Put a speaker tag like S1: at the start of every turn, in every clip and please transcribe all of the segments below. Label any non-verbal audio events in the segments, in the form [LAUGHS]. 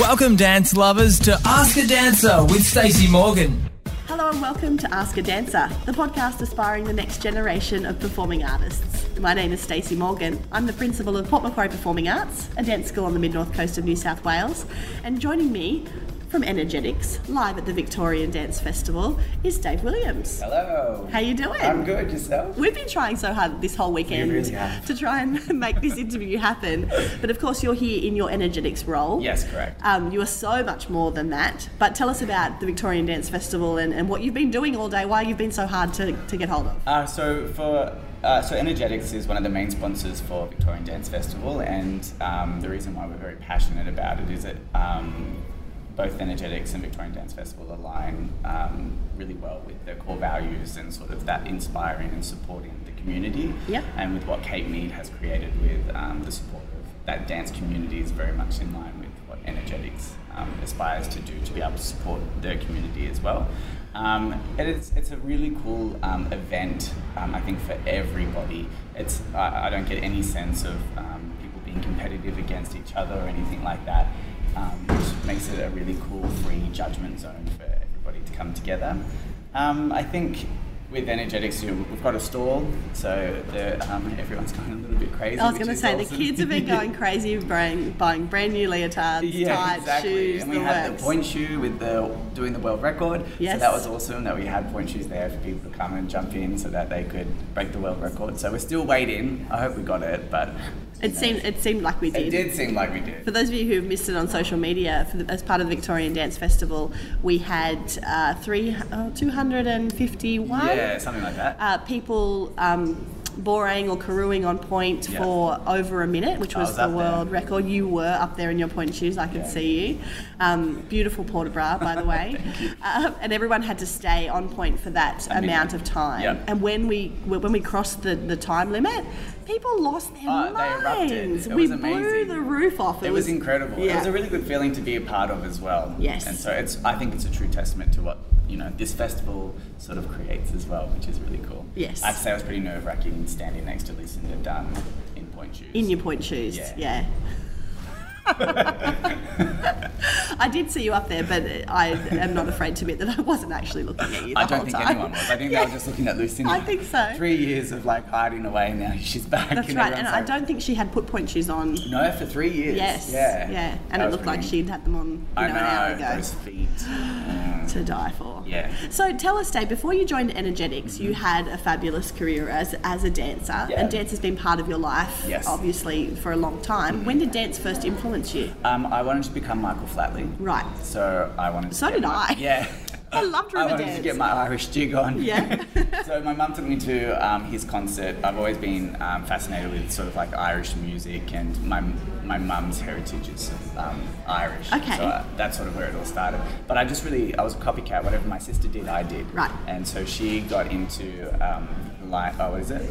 S1: Welcome, dance lovers, to Ask a Dancer with Stacey Morgan.
S2: Hello and welcome to Ask a Dancer, the podcast aspiring the next generation of performing artists. My name is Stacey Morgan. I'm the principal of Port Macquarie Performing Arts, a dance school on the mid north coast of New South Wales. And joining me from Energetics, live at the Victorian Dance Festival, is Dave Williams.
S3: Hello.
S2: How you doing?
S3: I'm good. Yourself?
S2: We've been trying so hard this whole weekend
S3: really have.
S2: to try and [LAUGHS] make this interview happen. But of course, you're here in your energetics role.
S3: Yes, correct.
S2: Um, you are so much more than that. But tell us about the Victorian Dance Festival and, and what you've been doing all day, why you've been so hard to, to get hold of.
S3: Uh, so for uh, so Energetics is one of the main sponsors for Victorian Dance Festival, and um, the reason why we're very passionate about it is that um, both Energetics and Victorian Dance Festival align um, really well with their core values and sort of that inspiring and supporting the community.
S2: Yep.
S3: And with what Kate Mead has created with um, the support of that dance community is very much in line with what Energetics um, aspires to do to be able to support their community as well. Um, and it's, it's a really cool um, event, um, I think, for everybody. It's, I, I don't get any sense of um, people being competitive against each other or anything like that, um, which makes it a really cool free judgment zone for everybody to come together. Um, I think with energetics, you know, we've got a stall, so the, um, everyone's going a little bit crazy.
S2: I was
S3: which
S2: going to
S3: is
S2: say,
S3: awesome.
S2: the kids have been
S3: [LAUGHS]
S2: going crazy buying, buying brand new leotards, tights, shoes,
S3: and we
S2: the
S3: had
S2: works.
S3: the point shoe with the doing the world record.
S2: Yes.
S3: So that was awesome that we had point shoes there for people to come and jump in so that they could break the world record. So we're still waiting. I hope we got it, but
S2: It seemed, it seemed like we
S3: it did seem like we did.
S2: For those of you who have missed it on social media, for the, as part of the Victorian Dance Festival, we had uh, three, oh, 251
S3: Yeah, something like that.
S2: uh, people um, boraying or carooing on point
S3: Yeah.
S2: for over a minute, which
S3: I
S2: was,
S3: was
S2: the
S3: up there.
S2: world record. You were up there in your point shoes, I could
S3: Yeah.
S2: see you. Um, beautiful port bra, by the
S3: [LAUGHS]
S2: way. uh, and everyone had to stay on point for that
S3: A minute.
S2: amount of time.
S3: Yeah.
S2: And when we when we crossed the, the time limit, people lost their
S3: Oh, they
S2: minds.
S3: erupted. It
S2: we
S3: was amazing.
S2: blew the roof off.
S3: It was incredible.
S2: Yeah.
S3: It was a really good feeling to be a part of as well.
S2: Yes.
S3: And so it's I think it's a true testament to what, you know, this festival sort of creates as well, which is really cool.
S2: Yes.
S3: I'd say it was pretty nerve wracking standing next to Lucinda Dunn in point shoes.
S2: In your point shoes, yeah. [LAUGHS]
S3: Yeah.
S2: I did see you up there, but I am not afraid to admit that I wasn't actually looking at you the
S3: I don't
S2: whole
S3: think
S2: time.
S3: anyone was. I
S2: [LAUGHS]
S3: think they were just looking at Lucinda.
S2: I think so.
S3: Three years of like hiding away and now she's back.
S2: That's
S3: and
S2: right, and
S3: everyone's
S2: I
S3: like,
S2: don't think she had put point shoes on.
S3: No, for three years.
S2: Yes,
S3: Yeah.
S2: and
S3: That
S2: it
S3: was
S2: looked like
S3: pretty-
S2: she'd had them on you
S3: I
S2: know, an hour
S3: know,
S2: ago
S3: those feet. Mm.
S2: to die for. [GASPS]
S3: Yeah. Mm-hmm.
S2: So tell us, Dave, before you joined Energetics, you had a fabulous career as as a dancer,
S3: Yeah.
S2: and dance has been part of your life,
S3: Yes.
S2: obviously, for a long time. When did dance first influence you?
S3: Um, I wanted to become Michael Flatley.
S2: Right.
S3: So I wanted. To
S2: So
S3: get
S2: did
S3: my-
S2: I. [LAUGHS]
S3: [LAUGHS] Yeah.
S2: I loved
S3: I
S2: River
S3: wanted
S2: Dance.
S3: to get my Irish jig on.
S2: Yeah.
S3: [LAUGHS] so my mum took me to um, his concert. I've always been um, fascinated with sort of like Irish music, and my my mum's heritage is um, Irish.
S2: Okay.
S3: So uh, that's sort of where it all started. But I just really I was a copycat. Whatever my sister did, I did.
S2: Right.
S3: And so she got into um, like oh, what is it?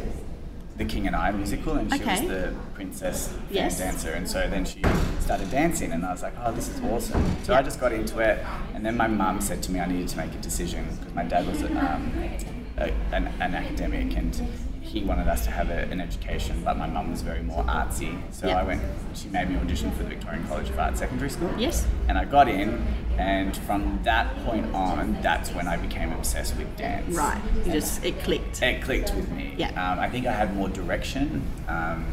S3: The King and I musical, and she
S2: Okay.
S3: was the princess fan
S2: Yes.
S3: dancer dancer, and so then she started dancing and I was like, oh, this is awesome. So I just got into it and then my mum said to me I needed to make a decision because my dad was um, a, an, an academic and he wanted us to have a, an education but my mum was very more artsy. So
S2: Yeah.
S3: I went, she made me audition for the Victorian College of Art Secondary School.
S2: Yes.
S3: And I got in and from that point on, that's when I became obsessed with dance.
S2: Right, you just it clicked.
S3: It clicked with me.
S2: Yeah.
S3: Um, I think I had more direction. Um,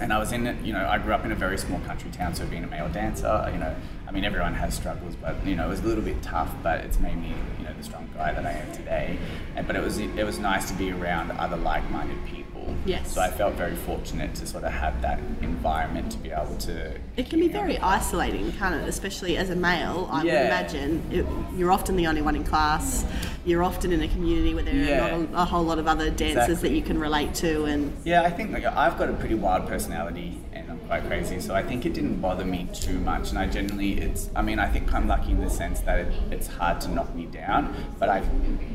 S3: and I was in, it- you know, I grew up in a very small country town, so being a male dancer, you know, I mean, everyone has struggles, but, you know, it was a little bit tough, but it's made me, you know, the strong guy that I am today. And, but it was, it was nice to be around other like minded people.
S2: Yes.
S3: So I felt very fortunate to sort of have that environment to be able to.
S2: It can be very isolating, can't it? Especially as a male, I would
S3: Yeah.
S2: imagine. It, you're often the only one in class. You're often in a community where there
S3: Yeah.
S2: are not a, a whole lot of other dancers
S3: Exactly.
S2: that you can relate to. And
S3: Yeah, I think like I've got a pretty wild personality and I'm quite crazy, so I think it didn't bother me too much. And I generally, it's I mean, I think I'm lucky in the sense that it, it's hard to knock me down, but I've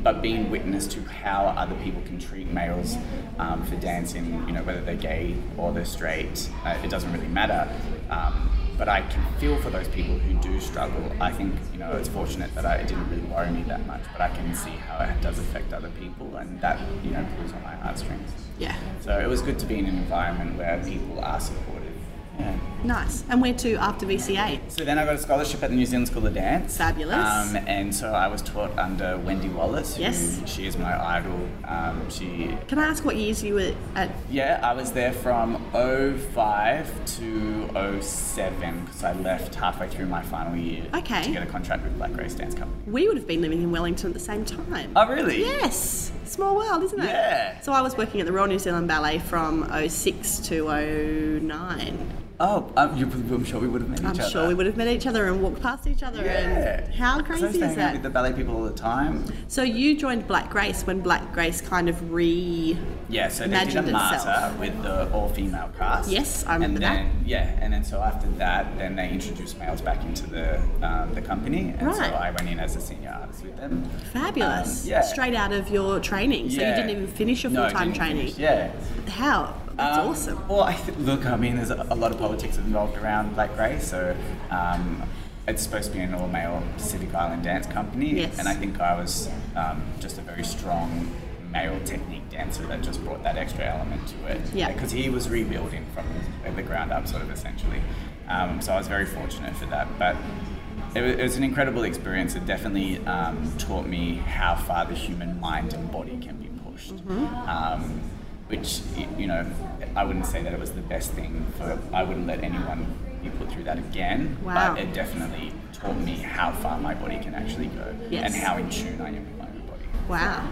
S3: but being witness to how other people can treat males um, for dancing, you know, whether they're gay or they're straight, uh, it doesn't really matter. Um, but I can feel for those people who do struggle. I think you know it's fortunate that I, it didn't really worry me that much, but I can see how it does affect other people, and that you know pulls on my heartstrings.
S2: yeah,
S3: So it was good to be in an environment where people are supportive. Yeah.
S2: Nice. And where to after VCA?
S3: So then I got a scholarship at the New Zealand School of Dance.
S2: Fabulous.
S3: Um, and so I was taught under Wendy Wallace. who-
S2: Yes.
S3: She is my idol. Um, she,
S2: Can I ask what years you were at?
S3: yeah, I was there from 05 to 07 because I left halfway through my final year
S2: Okay.
S3: to get a contract with Black Race Dance Company.
S2: We would have been living in Wellington at the same time.
S3: Oh, really?
S2: Yes. Small world, isn't it?
S3: Yeah.
S2: So I was working at the Royal New Zealand Ballet from 06 to 09.
S3: Oh, um, you, I'm sure we would have met
S2: I'm
S3: each other.
S2: sure we would have met each other and walked past each other.
S3: Yeah.
S2: And how
S3: 'Cause
S2: crazy
S3: I was
S2: is
S3: hanging out
S2: that?
S3: With the ballet people all the time.
S2: So you joined Black Grace when Black Grace kind of re.
S3: Yeah, so they did a
S2: Imagined itself.
S3: martyr with the all-female cast.
S2: Yes, I remember
S3: and then, Yeah, and then so after that, then they introduced males back into the um, the company, and so
S2: Right.
S3: I went in as a senior artist with them.
S2: Fabulous.
S3: Um, yeah.
S2: Straight out of your training. So
S3: Yeah.
S2: you didn't even finish your
S3: No,
S2: full time
S3: didn't
S2: training.
S3: finish, Yeah,
S2: How? That's
S3: Um,
S2: awesome.
S3: Well, I th- look, I mean, there's a, a lot of politics involved around Black Grace, so um, it's supposed to be an all-male Pacific Island dance company,
S2: Yes.
S3: and I think I was um, just a very strong male technique dancer that just brought that extra element to it.
S2: Yeah.
S3: because he was rebuilding from the- the ground up, sort of essentially. Um, so I was very fortunate for that, but. It wa- it was an incredible experience. It definitely um, taught me how far the human mind and body can be pushed
S2: Mm-hmm.
S3: um, which y- you know I wouldn't say that it was the best thing for I wouldn't let anyone be put through that again
S2: Wow.
S3: but it definitely taught me how far my body can actually go
S2: Yes.
S3: and how in tune I am with my own body
S2: Wow.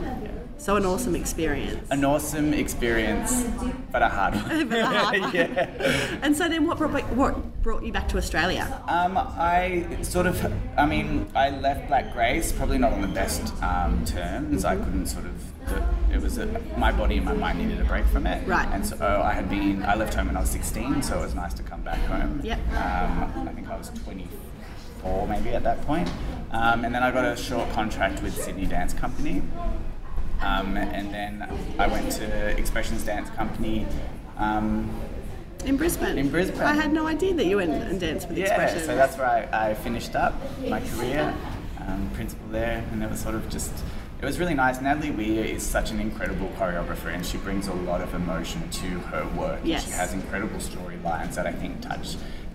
S2: So an awesome experience.
S3: an awesome experience but a hard
S2: [LAUGHS]
S3: one
S2: But a
S3: [LAUGHS]
S2: hard one.
S3: yeah
S2: And so then what brought, back- what brought you back to Australia?
S3: Um, I sort of, I mean, I left Black Grace probably not on the best um, terms.
S2: Mm-hmm.
S3: I couldn't sort of, the, it was a, my body and my mind needed a break from it.
S2: Right.
S3: And so oh, I had been, I left home when I was 16, so it was nice to come back home.
S2: Yep.
S3: Um, I think I was 24 maybe at that point. Um, and then I got a short contract with Sydney Dance Company. Um, and then I went to Expressions Dance Company. Um,
S2: In Brisbane.
S3: In Brisbane.
S2: I had no idea that you went and danced with
S3: Yeah,
S2: Expression.
S3: so that's where I, I finished up my career, um, principal there, and it was sort of just, it was really nice. Natalie Weir is such an incredible choreographer, and she brings a lot of emotion to her work.
S2: Yes.
S3: She has incredible storylines that I think touch.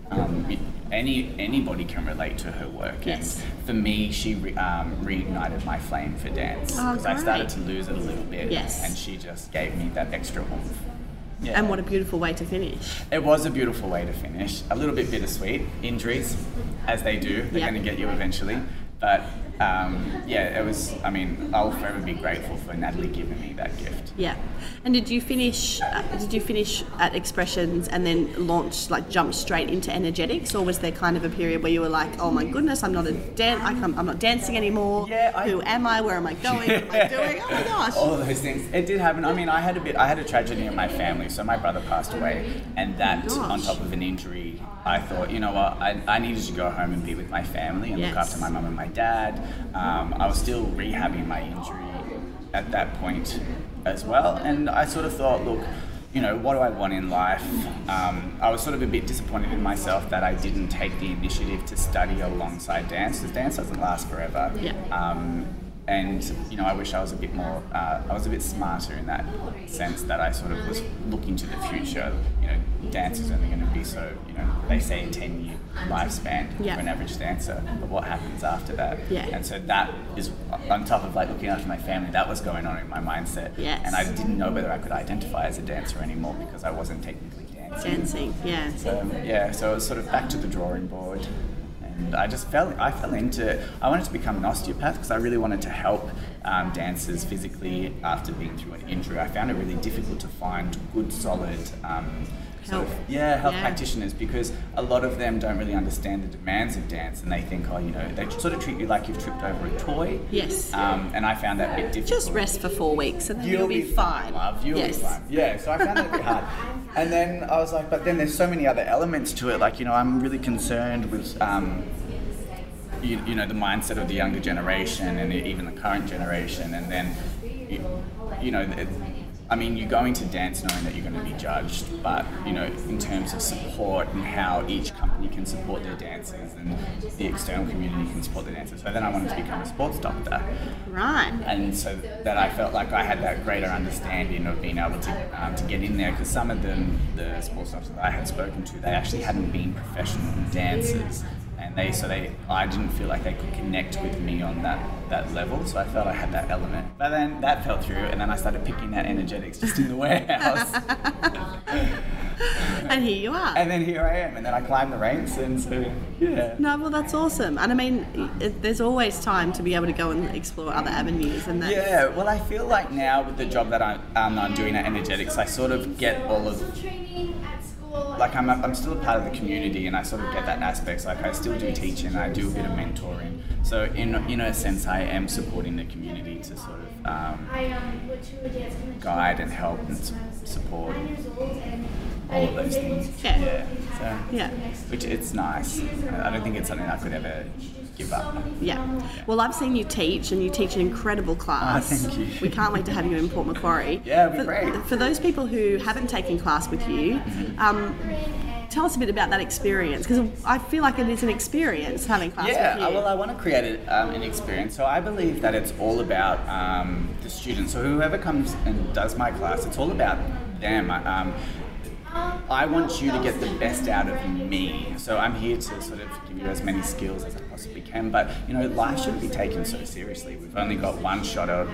S3: Um, y- any anybody can relate to her work.
S2: Yes.
S3: And for me, she re, um, reignited my flame for dance
S2: Oh,
S3: I started
S2: great.
S3: to lose it a little bit.
S2: Yes.
S3: And she just gave me that extra oomph. Yeah.
S2: And what a beautiful way to finish.
S3: It was a beautiful way to finish. A little bit bittersweet. Injuries, as they do, they're
S2: Yeah.
S3: going to get you eventually. But um, yeah, it was. I mean, I'll forever be grateful for Natalie giving me that gift.
S2: Yeah. And did you finish? Uh, did you finish at Expressions and then launch like jump straight into Energetics, or was there kind of a period where you were like, oh my goodness, I'm not a dan- I can't, I'm not dancing anymore.
S3: Yeah, I-
S2: Who am I?
S3: [LAUGHS]
S2: Where am I going? What am I doing? Oh my gosh.
S3: All those things. It did happen. I mean, I had a bit. I had a tragedy in my family. So my brother passed away, and that
S2: Oh Gosh.
S3: on top of an injury, I thought, you know what? I, I needed to go home and be with my family and
S2: Yes.
S3: look after my mum and my dad. Um, I was still rehabbing my injury at that point as well, and I sort of thought, look. You know, what do I want in life? Um, I was sort of a bit disappointed in myself that I didn't take the initiative to study alongside dance, because dance doesn't last forever.
S2: Yeah.
S3: Um, and you know, I wish I was a bit more, uh, I was a bit smarter in that sense that I sort of was looking to the future. You know, dance is only going to be so, you know, they say a 10 year lifespan
S2: Yeah.
S3: for an average dancer, but what happens after that?
S2: Yeah.
S3: And so that is on top of like looking after my family, that was going on in my mindset.
S2: Yes.
S3: And I didn't know whether I could identify as a dancer anymore because I wasn't technically dancing.
S2: Dancing. Yeah.
S3: So Um, yeah, so it was sort of back to the drawing board, and I just fell. I fell into. I wanted to become an osteopath because I really wanted to help um, dancers physically after being through an injury. I found it really difficult to find good, solid. Um, sort of-
S2: Help.
S3: yeah, health
S2: Yeah.
S3: practitioners because a lot of them don't really understand the demands of dance and they think, oh, you know, they sort of treat you like you've tripped over a toy.
S2: Yes.
S3: Um, and I found that a bit difficult
S2: Just rest for four weeks and then you'll, be, fine.
S3: love. You'll
S2: yes.
S3: be fine. Yeah, so I found that a
S2: [LAUGHS]
S3: bit hard. And then I was like, but then there's so many other elements to it. Like, you know, I'm really concerned with, um, you, you know, the mindset of the younger generation and even the current generation. And then, you, you know, it, I mean, you're going to dance knowing that you're going to be judged, but you know, in terms of support and how each company can support their dancers and the external community can support their dancers. So then I wanted to become a sports doctor,
S2: Right.
S3: and so that I felt like I had that greater understanding of being able to um, to get in there because some of them, the sports doctors that I had spoken to, they actually hadn't been professional dancers. And they, so they, I didn't feel like they could connect with me on that, that level. So I felt I had that element. But then that fell through, and then I started picking that energetics just in the [LAUGHS] warehouse.
S2: And here you are.
S3: and then here I am, and then I climbed the ranks, and so yeah.
S2: No, well, that's awesome. And I mean, it, there's always time to be able to go and explore other avenues. And that's,
S3: Yeah, well, I feel like now with the job that I, um, I'm doing at Energetics, I sort of get all of like I'm, I'm still a part of the community and I sort of get that aspect. Like I still do teaching, I do a bit of mentoring. So in, in a sense, I am supporting the community to sort of um, guide and help and su- support all of those things.
S2: Yeah.
S3: Yeah. So,
S2: Yeah.
S3: which it's nice. I I don't think it's something I could ever give up.
S2: Yeah. Well, I've seen you teach, and you teach an incredible class.
S3: Ah, thank you.
S2: [LAUGHS] We can't wait to have you in Port Macquarie.
S3: Yeah, it'd be
S2: for,
S3: great.
S2: For those people who haven't taken class with you, um, tell us a bit about that experience because I feel like it is an experience having class
S3: Yeah, uh,
S2: with you.
S3: well, I want to create a, um, an experience. So I believe that it's all about um, the students. So whoever comes and does my class, it's all about them. Um, I want you to get the best out of me. So I'm here to sort of give you as many skills as I possibly can. But you know, life shouldn't be taken so seriously. We've only got one shot at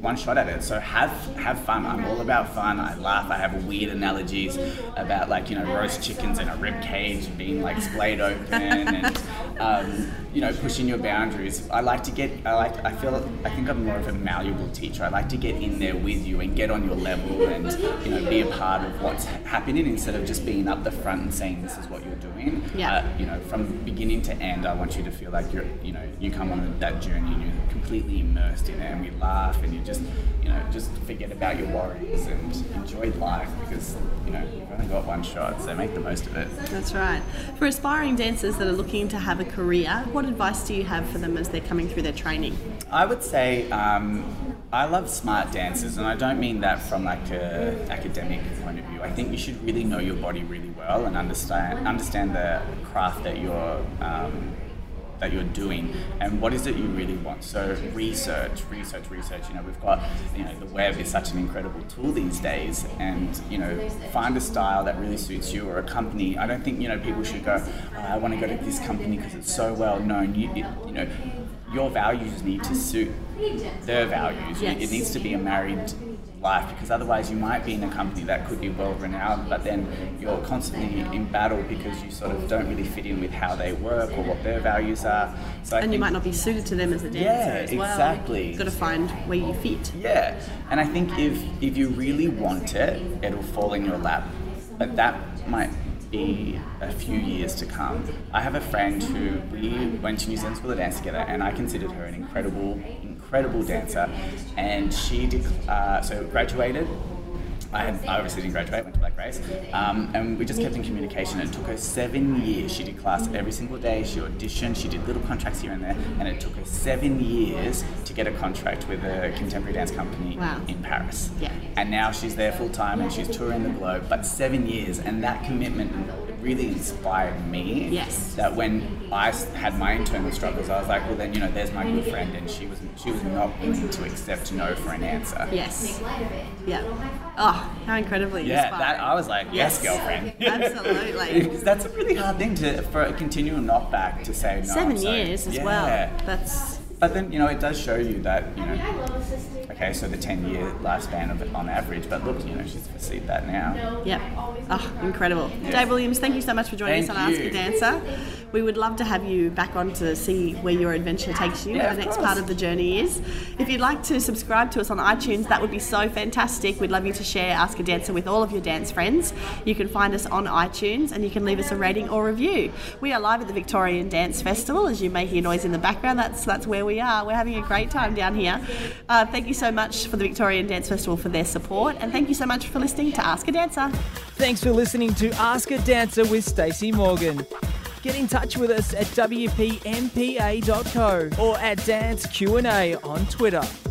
S3: one shot at it. So have have fun. I'm all about fun. I laugh. I have weird analogies about like you know roast chickens in a rib cage being like splayed open and um, you know pushing your boundaries. I like to get. I like. I feel. I think I'm more of a malleable teacher. I like to get in there with you and get on your level and you know be a part of what's happening instead of just being up the front and saying this is what you're doing.
S2: Yeah.
S3: Uh, you know, from beginning to end, I want you to feel like you're. You know, you come on that journey and you're completely immersed in it, and we laugh and you just. You know, just forget about your worries and enjoy life because you know you've only got one shot, so make the most of it.
S2: That's right. For aspiring dancers that are looking to have a career, what advice do you have for them as they're coming through their training?
S3: I would say um, I love smart dancers, and I don't mean that from like a academic point of view. I think you should really know your body really well and understand understand the craft that you're um, that you're doing and what is it you really want. So research, research, research. You know, we've got you know the web is such an incredible tool these days, and you know find a style that really suits you or a company. I don't think you know people should go. Oh, I want to go to this company because it's so well known. You, you, you know your values need to suit their values. It-
S2: Yes.
S3: It needs to be a married life because otherwise you might be in a company that could be well renowned, but then you're constantly in battle because you sort of don't really fit in with how they work or what their values are. So I
S2: And you
S3: think-
S2: might not be suited to them as a dancer
S3: Yeah,
S2: as well.
S3: exactly.
S2: You've got to find where you fit.
S3: Yeah, and I think if if you really want it, it'll fall in your lap. But that might be a few years to come. I have a friend who we went to New Zealand School of Dance together, and I considered her an incredible, incredible dancer. And she did, uh, so graduated. I, had, I obviously didn't graduate, went to Black Race, um, and we just kept in communication. It took her seven years. She did class every single day. She auditioned. She did little contracts here and there, and it took her seven years to get a contract with a contemporary dance company
S2: Wow.
S3: in Paris.
S2: Yeah.
S3: And now she's there full time and she's touring the globe, but seven years, and that commitment really inspired me.
S2: Yes.
S3: That when I s- had my internal struggles, I was like, well, then you know, there's my good friend, and she was she was not willing to accept no for an answer.
S2: Yes. Yeah. Oh, how incredibly
S3: Yeah,
S2: inspiring.
S3: that I was like, yes, girlfriend.
S2: [LAUGHS]
S3: [LAUGHS]
S2: Absolutely.
S3: Because that's a really hard thing to for a continual knockback to say no. I'm
S2: Seven
S3: sorry.
S2: years as
S3: Yeah.
S2: well. That's
S3: But then you know it does show you that you know okay so the ten year lifespan of it on average. But look you know she's received that now.
S2: yep. Oh, incredible. Dave Williams, thank you so much for joining us
S3: Thank
S2: on Ask a
S3: you.
S2: Dancer. We would love to have you back on to see where your adventure takes you,
S3: Yeah,
S2: where
S3: of
S2: the next
S3: course.
S2: part of the journey is. If you'd like to subscribe to us on iTunes, that would be so fantastic. We'd love you to share Ask a Dancer with all of your dance friends. You can find us on iTunes and you can leave us a rating or review. We are live at the Victorian Dance Festival. As you may hear noise in the background, that's that's where we are. We're having a great time down here. Uh, thank you so much for the Victorian Dance Festival for their support, and thank you so much for listening to Ask a Dancer.
S1: Thanks for listening to Ask a Dancer with Stacey Morgan. Get in touch with us at wpmpa.co or at Dance Q&A on Twitter.